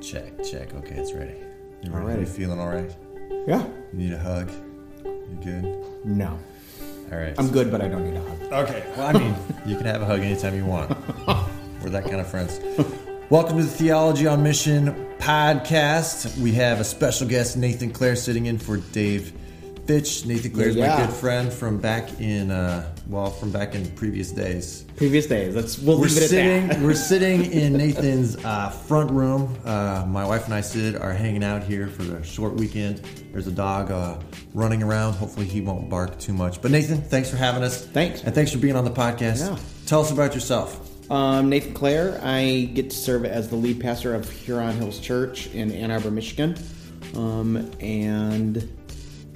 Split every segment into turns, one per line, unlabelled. Check, check. Okay, it's ready. You
I'm
ready?
ready.
You feeling all right?
Yeah.
You need a hug? You good?
No.
All right.
I'm good, but I don't need a hug.
Okay. Well, I mean, you can have a hug anytime you want. We're that kind of friends. Welcome to the Theology on Mission podcast. We have a special guest, Nathan Clare, sitting in for Dave Fitch. Nathan Clare is my
Yeah.
good friend from back in, uh, well, from back in previous days.
Previous days. Let's we'll
We're
leave it
sitting.
at that.
We're sitting in Nathan's uh, front room. Uh, my wife and I, Sid, are hanging out here for the short weekend. There's a dog uh, running around. Hopefully, he won't bark too much. But Nathan, thanks for having us.
Thanks.
and thanks for being on the podcast.
Yeah.
Tell us about yourself.
Um, Nathan Clare. I get to serve as the lead pastor of Huron Hills Church in Ann Arbor, Michigan, um, and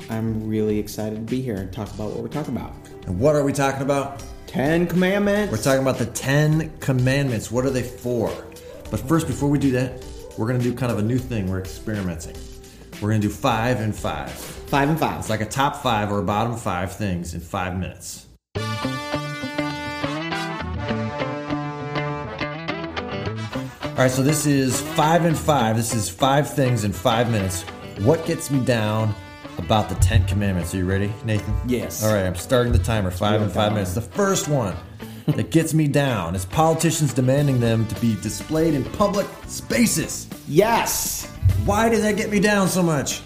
I'm really excited to be here and talk about what we're talking about.
And what are we talking about?
Ten Commandments.
We're talking about the Ten Commandments. What are they for? But first, before we do that, we're gonna do kind of a new thing. We're experimenting. We're gonna do five and five.
five and five.
It's like a top five or a bottom five things in five minutes. All right, so this is five and five. This is five things in five minutes. What gets me down about the Ten Commandments? Are you ready, Nathan?
Yes.
All right, I'm starting the timer. Five and five minutes. The first one that gets me down is politicians demanding them to be displayed in public spaces.
yes.
Why did that get me down so much?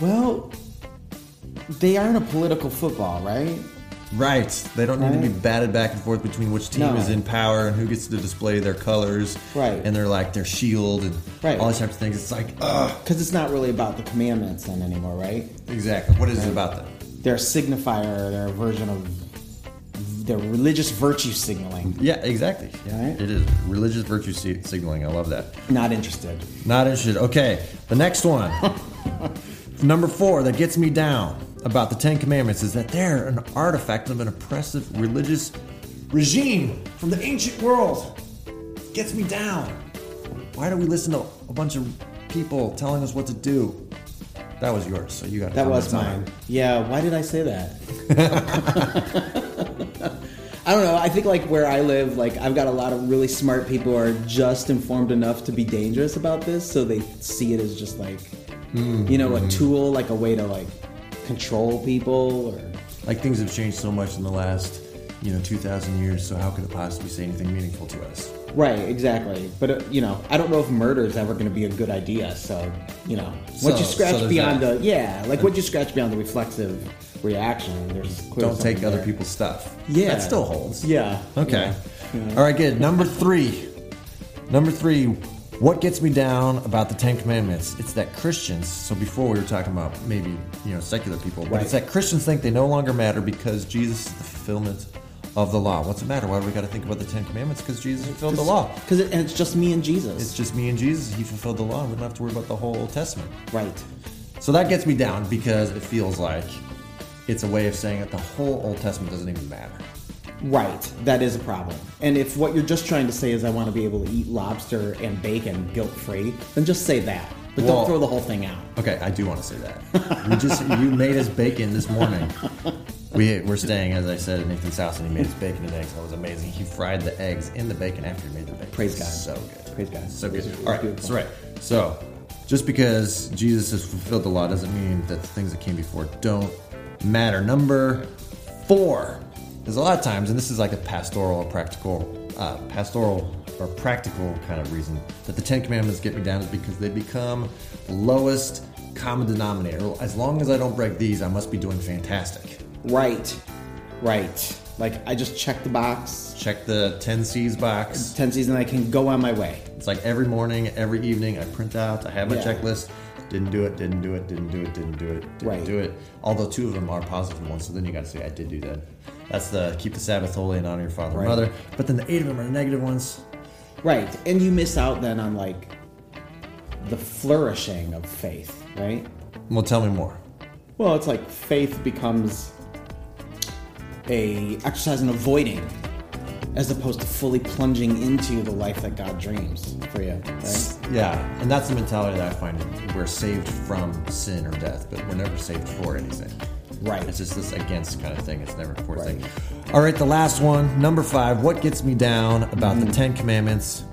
Well, they aren't a political football, right?
Right. They don't need to be
Right.
batted back and forth between which team
No.
is in power and who gets to display their colors.
Right.
And their like their shield and
Right.
all these types of things. It's like, oh, ugh.
Because it's not really about the commandments then anymore, right?
Exactly. What is it about that?
They're a signifier, they're a version of their religious virtue signaling.
Yeah, exactly. Yeah,
Right.
It is religious virtue si- signaling. I love that.
Not interested.
Not interested. Okay. The next one. Number four that gets me down about the Ten Commandments is that they're an artifact of an oppressive religious regime from the ancient world. Gets me down. Why do we listen to a bunch of people telling us what to do? That was yours, so you got
That was
comments on
mine. Yeah, why did I say that? I don't know. I think like where I live, like I've got a lot of really smart people who are just informed enough to be dangerous about this, so they see it as just like you know,
Mm-hmm.
a tool, like a way to like control people or
it. Like things have changed so much in the last, you know, two thousand years. So how could it possibly say anything meaningful to us?
Right, exactly. But uh, you know, I don't know if murder is ever going to be a good idea. So you know,
So-
once you scratch
so there's
beyond
that. Uh,
the yeah, like once you scratch beyond the reflexive reaction, there's clearly
Don't
something
take other
there.
people's stuff.
Yeah,
that still holds.
Yeah.
Okay.
Yeah. Yeah.
All right, good. Number three. Number three, what gets me down about the Ten Commandments? It's that Christians, so before we were talking about maybe, you know, secular people, but it's
Right.
that Christians think they no longer matter because Jesus is the fulfillment of the law. What's the matter? Why do we got to think about the Ten Commandments? Because Jesus fulfilled the law.
because it, and it's just me and Jesus.
It's just me and Jesus. He fulfilled the law. We don't have to worry about the whole Old Testament.
right.
So that gets me down because it feels like it's a way of saying that the whole Old Testament doesn't even matter.
Right, that is a problem. And if what you're just trying to say is I want to be able to eat lobster and bacon guilt free, then just say that. But
Well-
don't throw the whole thing out.
Okay, I do want to say that. You just you made us bacon this morning. We we're staying, as I said, at Nathan's house, and he made us bacon and eggs. That was amazing. He fried the eggs in the bacon after he made the bacon.
Praise God.
So good.
Praise God.
So good.
It was- it was
All right.
beautiful.
So right. So just because Jesus has fulfilled the law doesn't mean that the things that came before don't matter. Number four. There's a lot of times, and this is like a pastoral or practical, uh, pastoral or practical kind of reason that the Ten Commandments get me down is because they become the lowest common denominator. As long as I don't break these, I must be doing fantastic.
Right, right. Like I just check the box.
Check the 10 C's box.
Ten season, I can go on my way.
It's like every morning, every evening, I print out, I have my
Yeah.
checklist. Didn't do it, didn't do it, didn't do it, didn't do it, didn't
Right.
do it. Although two of them are positive ones, so then you gotta say, I did do that. That's the keep the Sabbath holy and honor your father and
Right.
mother. But then the eight of them are negative ones.
Right, and you miss out then on like the flourishing of faith, right?
Well, tell me more.
Well, it's like faith becomes a exercise in avoiding as opposed to fully plunging into the life that God dreams for you, right?
Yeah, and that's the mentality that I find. We're saved from sin or death, but we're never saved for anything.
Right.
It's just this against kind of thing. It's never for
Right. Mm.
thing. All right, the last one, number five. What gets me down about the Ten Commandments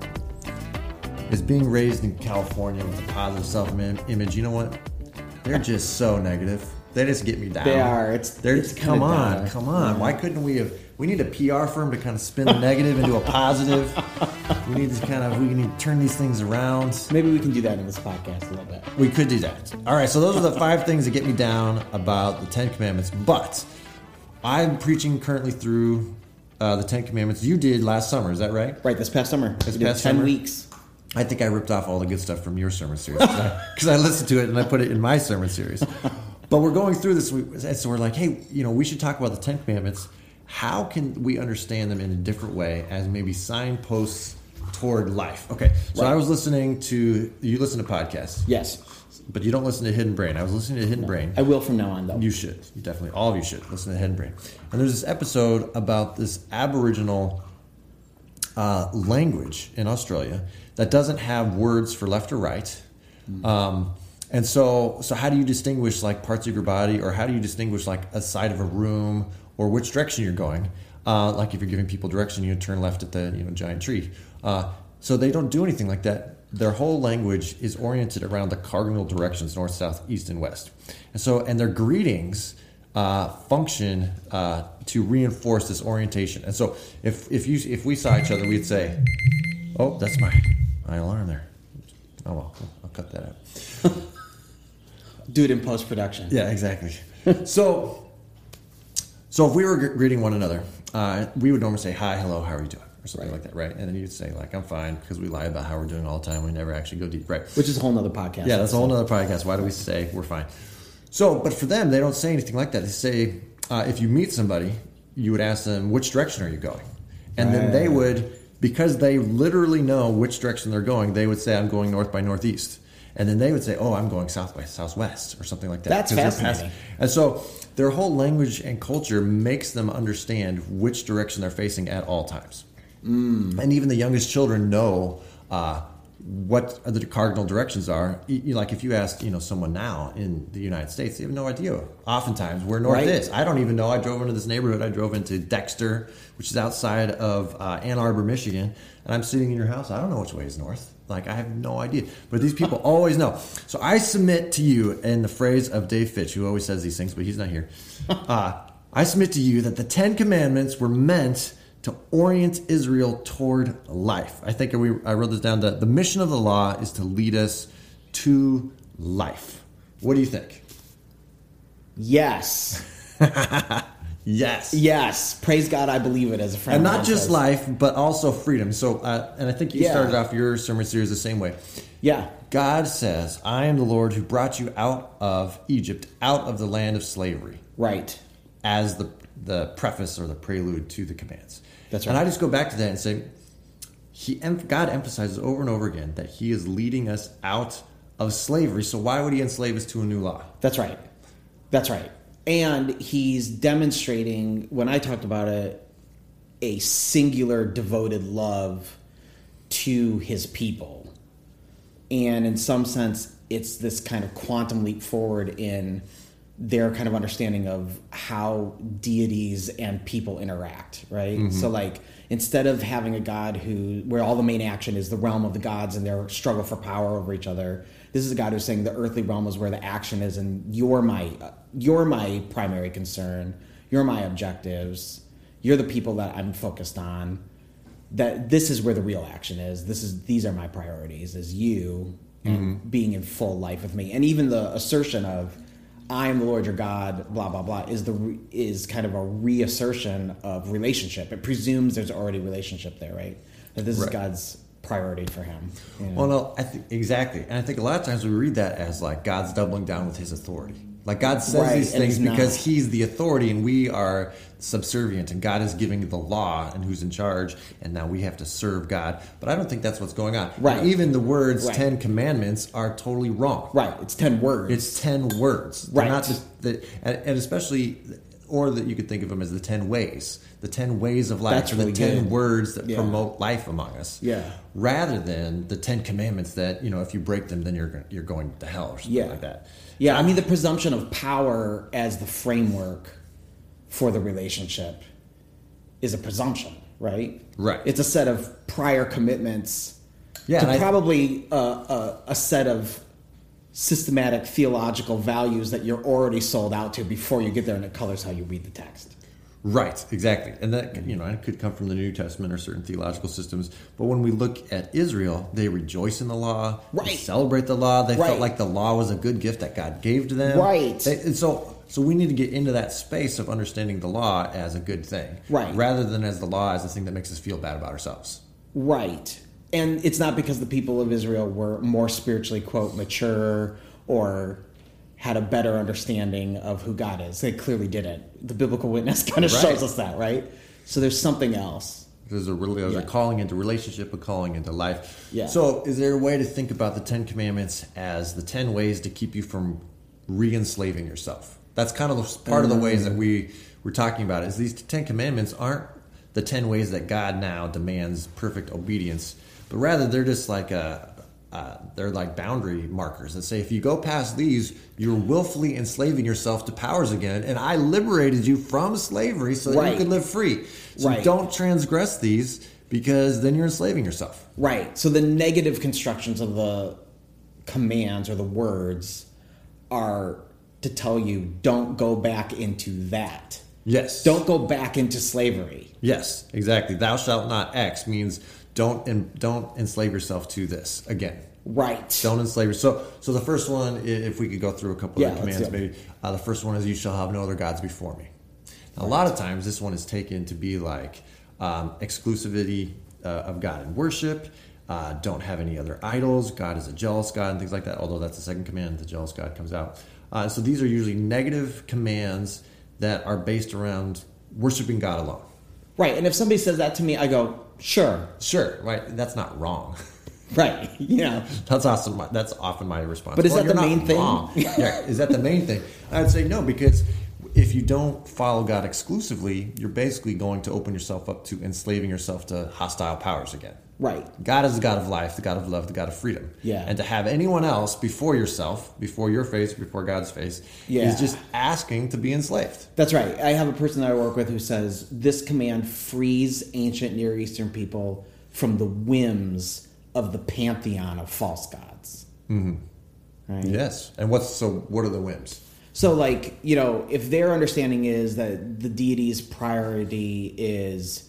is being raised in California with a positive self-image. You know what? They're just so negative. They just get me down.
They are. It's-
They're
it's
come
kinda
on,
down.
come on. Why couldn't we have? We need a PR firm to kind of spin the negative into a positive. We need to kind of we need to turn these things around.
Maybe we can do that in this podcast a little bit.
We could do that. All right, so those are the five things that get me down about the Ten Commandments. But I'm preaching currently through uh, the Ten Commandments. You did last summer, is that right?
Right, this past summer. This
past
ten
summer?
weeks.
I think I ripped off all the good stuff from your sermon series because I, listened to it and I put it in my sermon series. But we're going through this, we- so we're like, hey, you know, we should talk about the Ten Commandments. How can we understand them in a different way as maybe signposts toward life? Okay, so I was listening to you listen to podcasts,
Yes.
but you don't listen to Hidden Brain. I was listening to Hidden Brain.
I will from now on though.
You should. You definitely. All of you should listen to Head and Brain. And there's this episode about this Aboriginal uh, language in Australia that doesn't have words for left or right. Um, and so, so how do you distinguish like parts of your body, or how do you distinguish like a side of a room, or which direction you're going? Uh, like if you're giving people direction, you turn left at the you know giant tree. Uh, so they don't do anything like that. Their whole language is oriented around the cardinal directions: north, south, east, and west. And so, and their greetings uh, function uh, to reinforce this orientation. And so, if if you if we saw each other, we'd say, "Oh, that's my my alarm there." Oh well, I'll cut that out.
Do it in post production.
Yeah, exactly. so, so if we were gr- greeting one another, uh, we would normally say hi, hello, how are you doing, or something like that, right? And then you'd say like, I'm fine, because we lie about how we're doing all the time. We never actually go deep, right?
Which is a whole nother podcast.
Yeah, that's a whole nother podcast. Why do we say we're fine? So, but for them, they don't say anything like that. They say uh, if you meet somebody, you would ask them which direction are you going, and then they would, because they literally know which direction they're going, they would say I'm going north by northeast, and then they would say, oh, I'm going south by southwest or something like that.
That's
'cause they're
fascinating.
and so their whole language and culture makes them understand which direction they're facing at all times. And even the youngest children know uh, what are the cardinal directions are. You- you- Like if you asked, you know, someone now in the United States, they have no idea. Oftentimes, where north
Right.
is. I don't even know. I drove into this neighborhood. I drove into Dexter, which is outside of uh, Ann Arbor, Michigan, and I'm sitting in your house. I don't know which way is north. Like I have no idea. But these people always know. So I submit to you, in the phrase of Dave Fitch, who always says these things, but he's not here. Uh, I submit to you that the Ten Commandments were meant to orient Israel toward life. I think we, I wrote this down. The, the mission of the law is to lead us to life. What do you think?
Yes.
Yes.
Yes. Praise God, I believe it as a friend.
and
of
not
mine
just
says.
life, but also freedom. So, uh, and I think you
Yeah.
started off your sermon series the same way.
Yeah.
God says, "I am the Lord who brought you out of Egypt, out of the land of slavery."
Right.
As the the preface or the prelude to the commands.
That's
And
right.
I just go back to that and say, He em- God emphasizes over and over again that He is leading us out of slavery. So why would He enslave us to a new law?
That's right. That's right. And he's demonstrating, when I talked about it, a singular devoted love to his people. And in some sense, it's this kind of quantum leap forward in their kind of understanding of how deities and people interact, right? So, like, instead of having a god who, where all the main action is the realm of the gods and their struggle for power over each other, this is a god who's saying the earthly realm is where the action is, and you're my, you're my primary concern, you're my objectives, you're the people that I'm focused on that this is where the real action is. This is these are my priorities is you and being in full life with me. And even the assertion of I am the Lord your God, blah blah blah, is the re- is kind of a reassertion of relationship. It presumes there's already relationship there, right? That this
Right.
is God's priority for him. you know?
Well, no, I think exactly, and I think a lot of times we read that as like God's doubling down with His authority. Like God says
Right,
these
and
things
he's
because
not.
He's the authority, and we are subservient, and God is giving the law and who's in charge, and now we have to serve God. But I don't think that's what's going on.
Right.
Even the words
Right.
Ten Commandments are totally wrong.
right, it's 10 words.
It's ten words, They're
Right.
Not the, the and, and especially, or that you could think of them as the ten ways, the ten ways of life,
That's
or
really
the ten
good.
words that
Yeah.
promote life among us.
Yeah.
Rather than the ten commandments that you know, if you break them, then you're go- you're going to hell or something
Yeah.
like that.
Yeah, I mean the presumption of power as the framework for the relationship is a presumption, right?
Right.
It's a set of prior commitments
Yeah, and
to
I-
probably uh, uh, a set of systematic theological values that you're already sold out to before you get there, and it colors how you read the text.
Right, exactly. And that, you know, it could come from the New Testament or certain theological systems. But when we look at Israel, they rejoice in the law, they
Right.
celebrate the law. They felt
Right.
like the law was a good gift that God gave to them.
Right.
They, and so, so we need to get into that space of understanding the law as a good thing.
Right.
Rather than as the law as the thing that makes us feel bad about ourselves.
Right. And it's not because the people of Israel were more spiritually, quote, mature or had a better understanding of who God is. They clearly didn't. The biblical witness kind of
Right.
shows us that, right? So there's something else.
There's a, really, there's a
Yeah.
calling into relationship, a calling into life.
Yeah.
So, is there a way to think about the Ten Commandments as the ten ways to keep you from re-enslaving yourself? That's kind of the, part of the ways that
Mm.
we were talking about. Is these Ten Commandments aren't the ten ways that God now demands perfect obedience, but rather they're just like a uh, they're like boundary markers that say if you go past these, you're willfully enslaving yourself to powers again. And I liberated you from slavery so that you
Right.
could live free. So
Right.
don't transgress these because then you're enslaving yourself.
Right. So the negative constructions of the commands or the words are to tell you don't go back into that.
Yes.
Don't go back into slavery.
Yes, exactly. Thou shalt not X means don't en- don't enslave yourself to this again.
Right.
Don't enslave yourself. So, so the first one, i- if we could go through a couple
Yeah,
of the
let's
commands,
do it.
maybe uh, the first one is "You shall have no other gods before me." Now, A lot of times, this one is taken to be like um, exclusivity uh, of God in worship. Uh, don't have any other idols. God is a jealous God, and things like that. Although that's the second command, the jealous God comes out. Uh, so these are usually negative commands that are based around worshiping God alone.
Right. And if somebody says that to me, I go, sure.
Sure, right? That's not wrong.
Right. Yeah.
That's awesome. My, that's often my response.
But is that
you're
the
not
main thing?
wrong. yeah, is that the main thing? I'd say no, because if you don't follow God exclusively, you're basically going to open yourself up to enslaving yourself to hostile powers again.
Right.
God is the God of life, the God of love, the God of freedom.
Yeah.
And to have anyone else before yourself, before your face, before God's face,
Yeah.
is just asking to be enslaved.
That's right. I have a person that I work with who says this command frees ancient Near Eastern people from the whims of the pantheon of false gods. Mm-hmm. Right.
Yes. And what's so? What are the whims?
So, like, you know, if their understanding is that the deity's priority is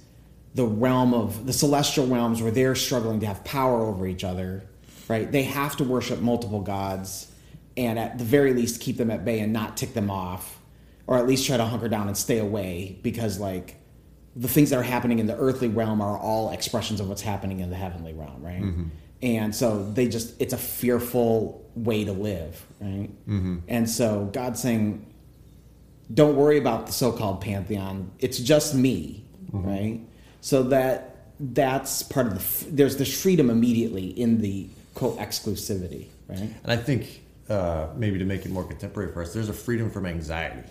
the realm of the celestial realms where they're struggling to have power over each other, right? They have to worship multiple gods and at the very least keep them at bay and not tick them off, or at least try to hunker down and stay away because, like, the things that are happening in the earthly realm are all expressions of what's happening in the heavenly realm, right? And so they just, it's a fearful way to live, right? And so God's saying, don't worry about the so-called pantheon it's just me right so that that's part of the f- there's this freedom immediately in the quote exclusivity right
And I think uh, maybe to make it more contemporary for us, there's a freedom from anxiety.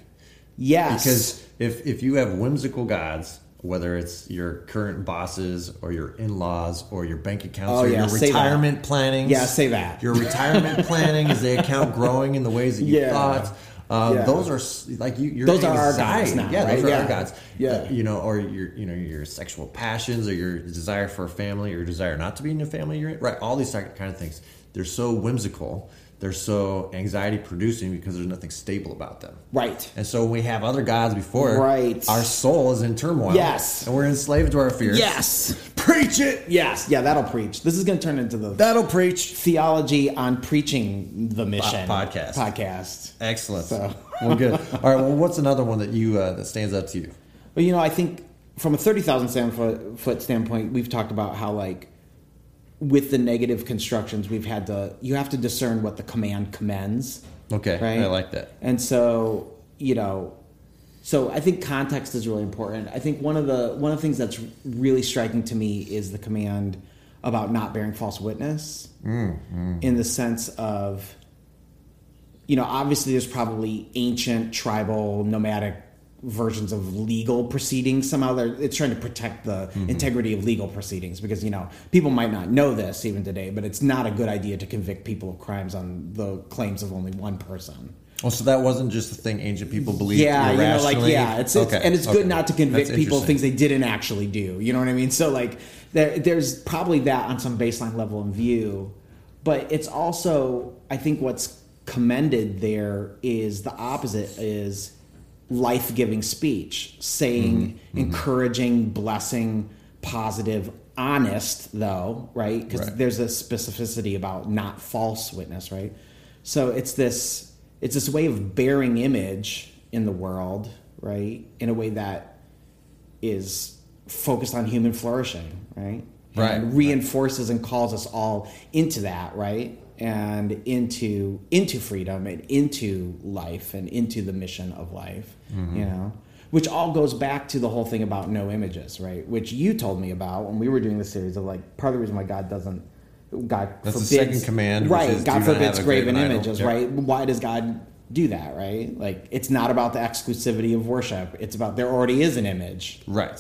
yes
Because if if you have whimsical gods, whether it's your current bosses or your in laws or your bank accounts
Oh,
or
yeah,
your
say that.
retirement planning,
Yeah, say that.
your retirement planning is the account growing in the ways that you
Yeah.
thought. Um,
Yeah.
Those are s- like you. Your
Those are our
anxiety-
gods now,
Yeah, those
right?
are
Yeah.
our gods. Uh,
Yeah.
you know, or your you know your sexual passions or your desire for a family or your desire not to be in a family you're in. Right, all these kind of things. They're so whimsical. They're so anxiety producing because there's nothing stable about them.
right
And so we have other gods before.
Right.
Our soul is in turmoil.
Yes.
And we're enslaved to our fears.
yes
Preach it.
yes yeah that'll preach this is going to turn into the
That'll preach.
theology on preaching the mission
podcast.
podcast
Excellent.
So.
well, good. All right. Well, what's another one that you uh, that stands out to you?
But you know, I think from a thirty thousand foot foot standpoint, we've talked about how like with the negative constructions, we've had to you have to discern what the command commends.
Okay.
Right.
I like that.
And so you know, so I think context is really important. I think one of the one of the things that's really striking to me is the command about not bearing false witness, in the sense of you know, obviously there's probably ancient tribal nomadic versions of legal proceedings somehow they're it's trying to protect the integrity of legal proceedings because you know people might not know this even today but it's not a good idea to convict people of crimes on the claims of only one person
Oh, so that wasn't just a thing ancient people believed.
yeah, you know, like
irrationally?
yeah, it's, it's
Okay,
and it's
okay.
good not to convict
That's
people of
interesting.
things they didn't actually do. You know what I mean? So like, there, there's probably that on some baseline level in view, but it's also I think what's commended there is the opposite is life giving speech, saying, encouraging, blessing, positive, honest though, right? Because
Right.
there's a specificity about not false witness, right? So it's this it's this way of bearing image in the world, right? In a way that is focused on human flourishing, right?
Right,
And
right.
reinforces and calls us all into that, right? And into into freedom and into life and into the mission of life,
Mm-hmm.
you know. Which all goes back to the whole thing about no images, right? Which you told me about when we were doing the series of like part of the reason why God doesn't God
That's the
forbids
second command, which
right?
is do
God
not have
forbids
a
graven
graven idol.
images,
Yep.
right? why does God do that, right? Like it's not about the exclusivity of worship. It's about there already is an image.
Right,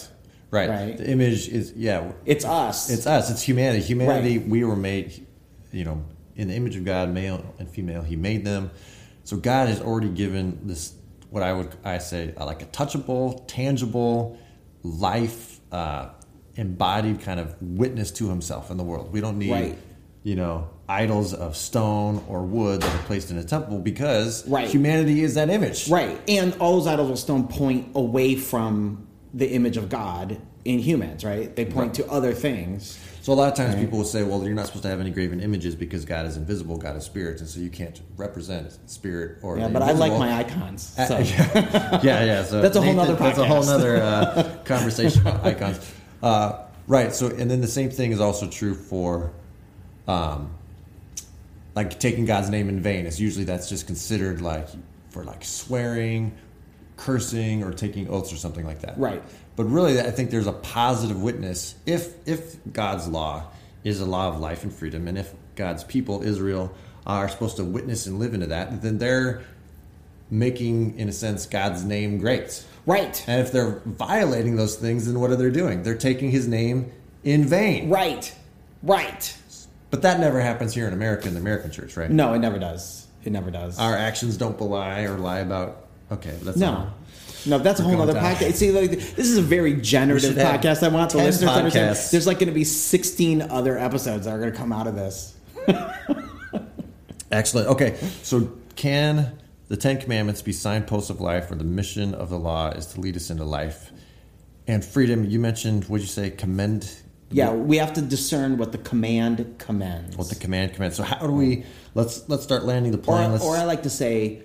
right.
Right.
The image is yeah.
It's us.
It's us. It's humanity. Humanity. We were made, you know, in the image of God, male and female. He made them. So God has already given this what I would I say uh, like a touchable, tangible, life uh, embodied kind of witness to Himself in the world. We don't need,
Right.
you know, idols of stone or wood that are placed in a temple because
Right.
humanity is that image.
right. And all those idols of stone point away from the image of God in humans, right? They point to other things.
So a lot of times people will say, "Well, you're not supposed to have any graven images because God is invisible, God is spirit, and so you can't represent spirit or."
Yeah,
the
but I like
invisible."
my icons.
Uh,
So
yeah, yeah, yeah. So
That's a whole
Nathan-
nother
That's a whole
podcast.
other uh, conversation about icons, uh, right? So, and then the same thing is also true for, um, like taking God's name in vain. It's usually that's just considered like for like swearing, cursing, or taking oaths or something like that.
Right.
But really, I think there's a positive witness if if God's law is a law of life and freedom, and if God's people Israel are supposed to witness and live into that, then they're making, in a sense, God's name great.
right.
And if they're violating those things, then what are they doing? They're taking his name in vain.
Right. Right.
But that never happens here in America, in the American church, right?
No, it never does. It never does.
Our actions don't belie or lie about. Okay, that's
No. No, that's a whole
going
other
down.
podcast. See, like, this is a very generative
We should have
podcast. I want the
10
listeners to understand.
podcasts.
There's like going to be 16 other episodes that are going to come out of this.
Excellent. Okay, so can the Ten Commandments be signposts of life where the mission of the law is to lead us into life and freedom? You mentioned, what'd you say, commend?
Yeah, we have to discern what the command commands.
What the command commands. So how do we, let's let's start landing the
or,
plane. let's,
or I like to say,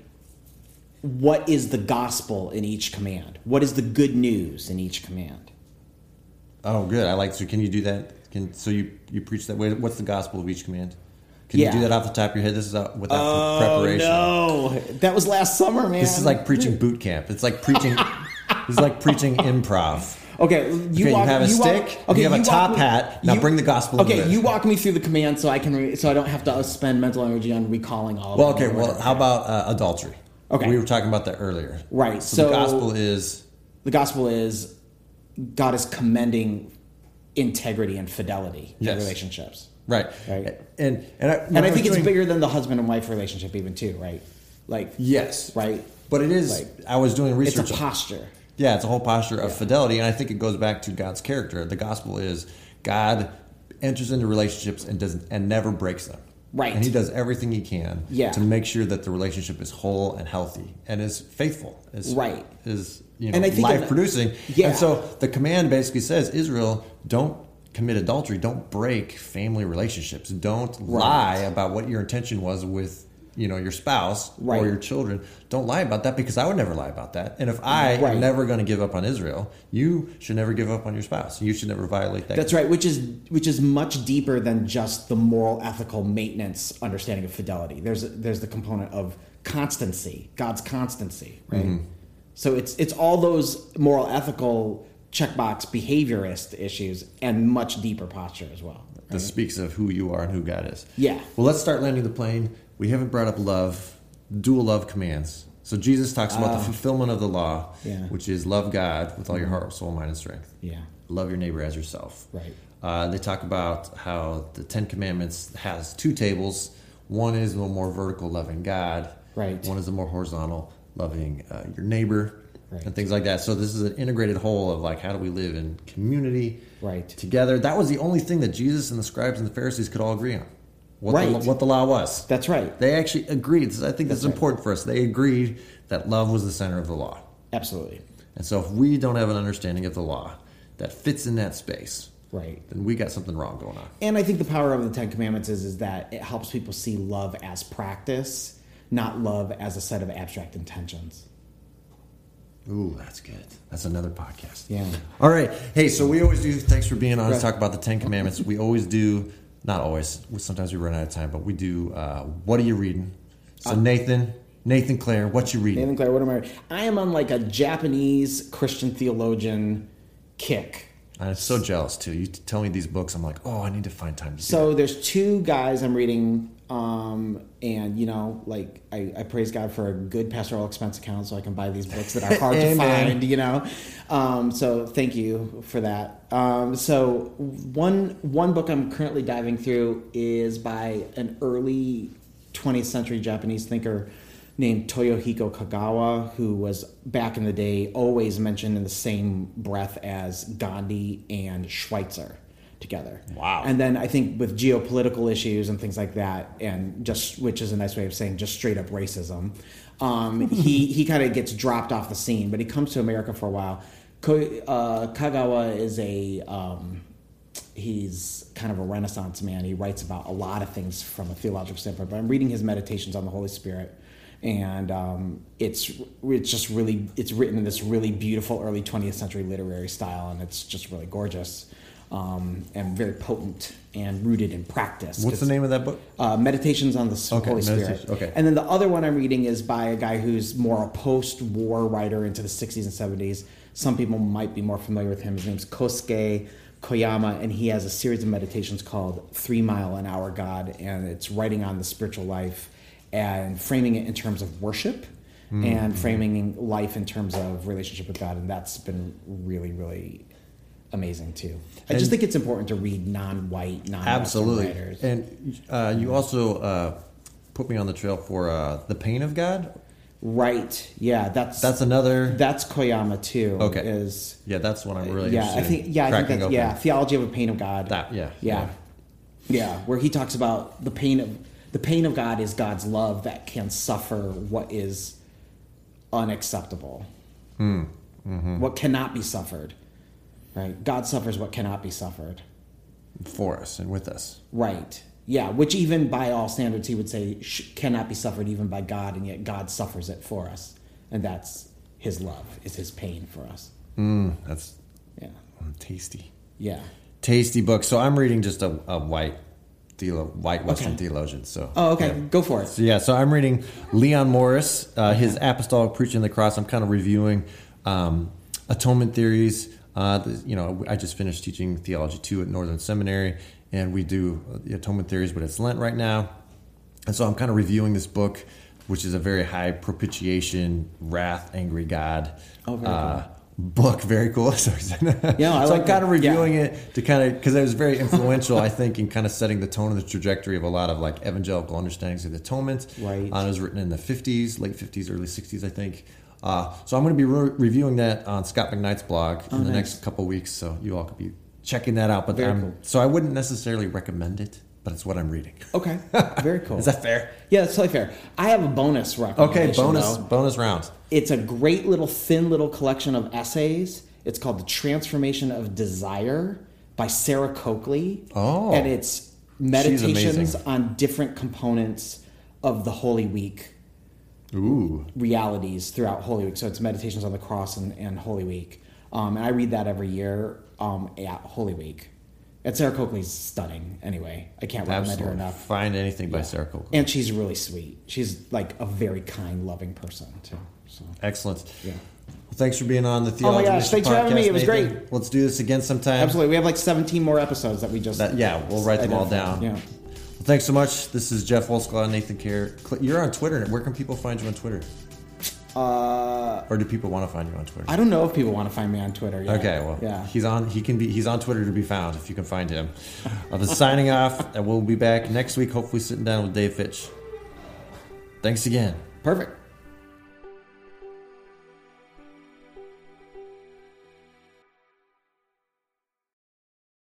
what is the gospel in each command? What is the good news in each command?
Oh, good. I like. So, can you do that? Can so you you preach that way? What's the gospel of each command? Can
Yeah. Oh,
you do that off the top of your head? This is out without preparation.
no. That was last summer, man.
This is like preaching boot camp. It's like preaching. it's like preaching improv.
Okay,
You,
you,
okay,
walk,
you have a
you walk-
stick.
okay,
you have a
walk
top
me-
hat. Now
you-
bring the gospel. into
Okay,
this.
you walk me through the command so I can re- so I don't have to spend mental energy on recalling all.
Well,
of them
okay.
or
Well,
whatever.
how about uh, adultery?
Okay.
we were talking about that earlier.
Right,
So,
so-
the gospel is
the gospel is God is commending integrity and fidelity in
Yes.
relationships,
right.
Right.
And and I, when
and I
was
think it's
doing-
bigger than the husband and wife relationship even too, right? Like,
Yes.
right?
But it is.
Like,
I was doing
It's
research.
a
on-
posture.
Yeah, it's a whole posture of fidelity, and I think it goes back to God's character. The gospel is God enters into relationships and doesn't and never breaks them.
Right.
And he does everything he can
Yeah.
to make sure that the relationship is whole and healthy and is faithful. Is
Right.
Is you know
And I think in
life
the-
producing.
Yeah.
And so the command basically says Israel, don't commit adultery, don't break family relationships. Don't lie about what your intention was with you know your spouse
Right.
or your children. Don't lie about that because I would never lie about that. And if I
Right.
am never going to give up on Israel. You should never give up on your spouse. You should never violate that.
That's right, which is which is much deeper than just the moral, ethical maintenance understanding of fidelity. There's there's the component of constancy, God's constancy, right? So it's it's all those moral, ethical checkbox behaviorist issues and much deeper posture as well.
This speaks of who you are and who God is.
Yeah.
Well, let's start landing the plane. We haven't brought up love, dual love commands. So Jesus talks about the fulfillment of the law,
Ah. Yeah.
which is love God with all your heart, soul, mind, and strength.
Yeah.
Love your neighbor as yourself.
Right.
Uh, they talk about how the Ten Commandments has two tables. One is the more vertical, loving God.
Right.
One is the more horizontal, loving uh, your neighbor
Right.
and things like that. So this is an integrated whole of like how do we live in community
Right.
together. That was the only thing that Jesus and the scribes and the Pharisees could all agree on. What
Right.
The, what the law was.
That's right.
They actually agreed. So I think this is
That's right.
important for us. They agreed that love was the center of the law.
Absolutely.
And so if we don't have an understanding of the law that fits in that space,
Right.
then we got something wrong going on.
And I think the power of the Ten Commandments is is that it helps people see love as practice, not love as a set of abstract intentions.
Ooh, that's good. That's another podcast.
Yeah.
All right. Hey, so we always do. Thanks for being on. Let's
Right.
talk about the Ten Commandments. We always do. Not always. Sometimes we run out of time, but we do. Uh, what are you reading? So Nathan, Nathan Clare, what you reading?
Nathan Clare, what am I? I am on like a Japanese Christian theologian kick.
I'm so jealous too. You t- tell me these books. I'm like, oh, I need to find time to. do
So there's two guys I'm reading, um, and you know, like I, I praise God for a good pastoral expense account, so I can buy these books that are hard to
Amen.
find. You know, um, so thank you for that. Um, so one one book I'm currently diving through is by an early 20th century Japanese thinker named Toyohiko Kagawa, who was back in the day always mentioned in the same breath as Gandhi and Schweitzer together.
Wow.
And then I think with geopolitical issues and things like that, and just which is a nice way of saying just straight up racism, um, he he kind of gets dropped off the scene, but he comes to America for a while. Ko- uh, Kagawa is a um, he's kind of a Renaissance man. He writes about a lot of things from a theological standpoint. But I'm reading his Meditations on the Holy Spirit, and um, it's it's just really it's written in this really beautiful early 20th century literary style, and it's just really gorgeous um, and very potent and rooted in practice.
What's the name of that book?
Uh, Meditations on the S-
Okay,
Holy Spirit.
Meditations, okay.
And then the other one I'm reading is by a guy who's more a post-war writer into the 60s and 70s. Some people might be more familiar with him. His name's Kosuke Koyama, and he has a series of meditations called Three Mile an Hour God, and it's writing on the spiritual life and framing it in terms of worship
Hmm.
and framing life in terms of relationship with God, and that's been really, really amazing too. I just
And-
think it's important to read non-white, non
Absolutely.
writers.
And uh, you also uh, put me on the trail for uh, the Pain of God.
Right. Yeah, that's
That's another.
that's Koyama too.
Okay.
Is
yeah, that's one I'm really.
yeah,
interested
I think
in
yeah, I think
cracking
that's
open.
yeah, theology of a pain of God.
That- yeah,
Yeah. Yeah, where he talks about the pain of the pain of God is God's love that can suffer what is unacceptable.
Hmm. Mm-hmm.
What cannot be suffered. Right? God suffers what cannot be suffered.
for us and with us.
Right. Yeah, which even by all standards, he would say sh- cannot be suffered even by God, and yet God suffers it for us, and that's His love is His pain for us.
Hmm, That's
Yeah,
mm, tasty,
yeah.
tasty book. So I'm reading just a, a white, theolo- white Western
Okay.
theologian. So
Oh, okay,
yeah.
go for it.
So yeah, so I'm reading Leon Morris, uh, his Apostolic Preaching of the Cross. I'm kind of reviewing um, atonement theories. Uh, the- you know, I just finished teaching theology two at Northern Seminary, and we do uh, the atonement theories, but it's Lent right now, and so I'm kind of reviewing this book, which is a very high propitiation, wrath, angry God.
Oh, very
uh, Book very cool. so
Yeah, I
so I'm kind
like that.
of
Yeah.
reviewing it to kind of because it was very influential, I think, in kind of setting the tone and the trajectory of a lot of like evangelical understandings of the atonement.
Right.
Uh, it was written in the 50s, late 50s, early 60s, I think. Uh, so I'm going to be re- reviewing that on Scott McKnight's blog in the
nice.
next couple weeks. So you all could be checking that out. But
Very
I'm-
cool.
so I wouldn't necessarily recommend it, but it's what I'm reading.
Okay, very cool.
Is that fair?
yeah, that's totally fair. I have a bonus recommendation.
Okay, bonus
though.
bonus round.
It's a great little thin little collection of essays. It's called The Transformation of Desire by Sarah Coakley.
Oh.
And it's meditations
amazing.
on different components of the Holy Week
Ooh,
realities throughout Holy Week. So it's meditations on the cross and, and Holy Week. Um, and I read that every year um, at Holy Week. And Sarah Coakley's stunning anyway. I can't recommend
absolutely.
her enough.
Find anything by Sarah Coakley.
And she's really sweet. She's like a very kind, loving person too. So
Excellent.
Yeah.
Well, thanks for being on the
Oh my
Theology
gosh,
Mission
thanks for having
Podcast,
me. It was
Nathan.
great.
Let's do this again sometime.
Absolutely. We have like 17 more episodes that we just.
That- yeah, we'll write them all down.
identified. Yeah.
Well, thanks so much. This is Jeff Wolskla and Nathan Kerr. Cl- You're on Twitter. Where can people find you on Twitter?
Uh,
Or do people want to find you on Twitter?
I don't know if people want to find me on Twitter. Yet.
Okay, well,
Yeah.
he's on. He can be. He's on Twitter to be found if you can find him. I'm signing off, and we'll be back next week. Hopefully, sitting down with Dave Fitch. Thanks again.
Perfect.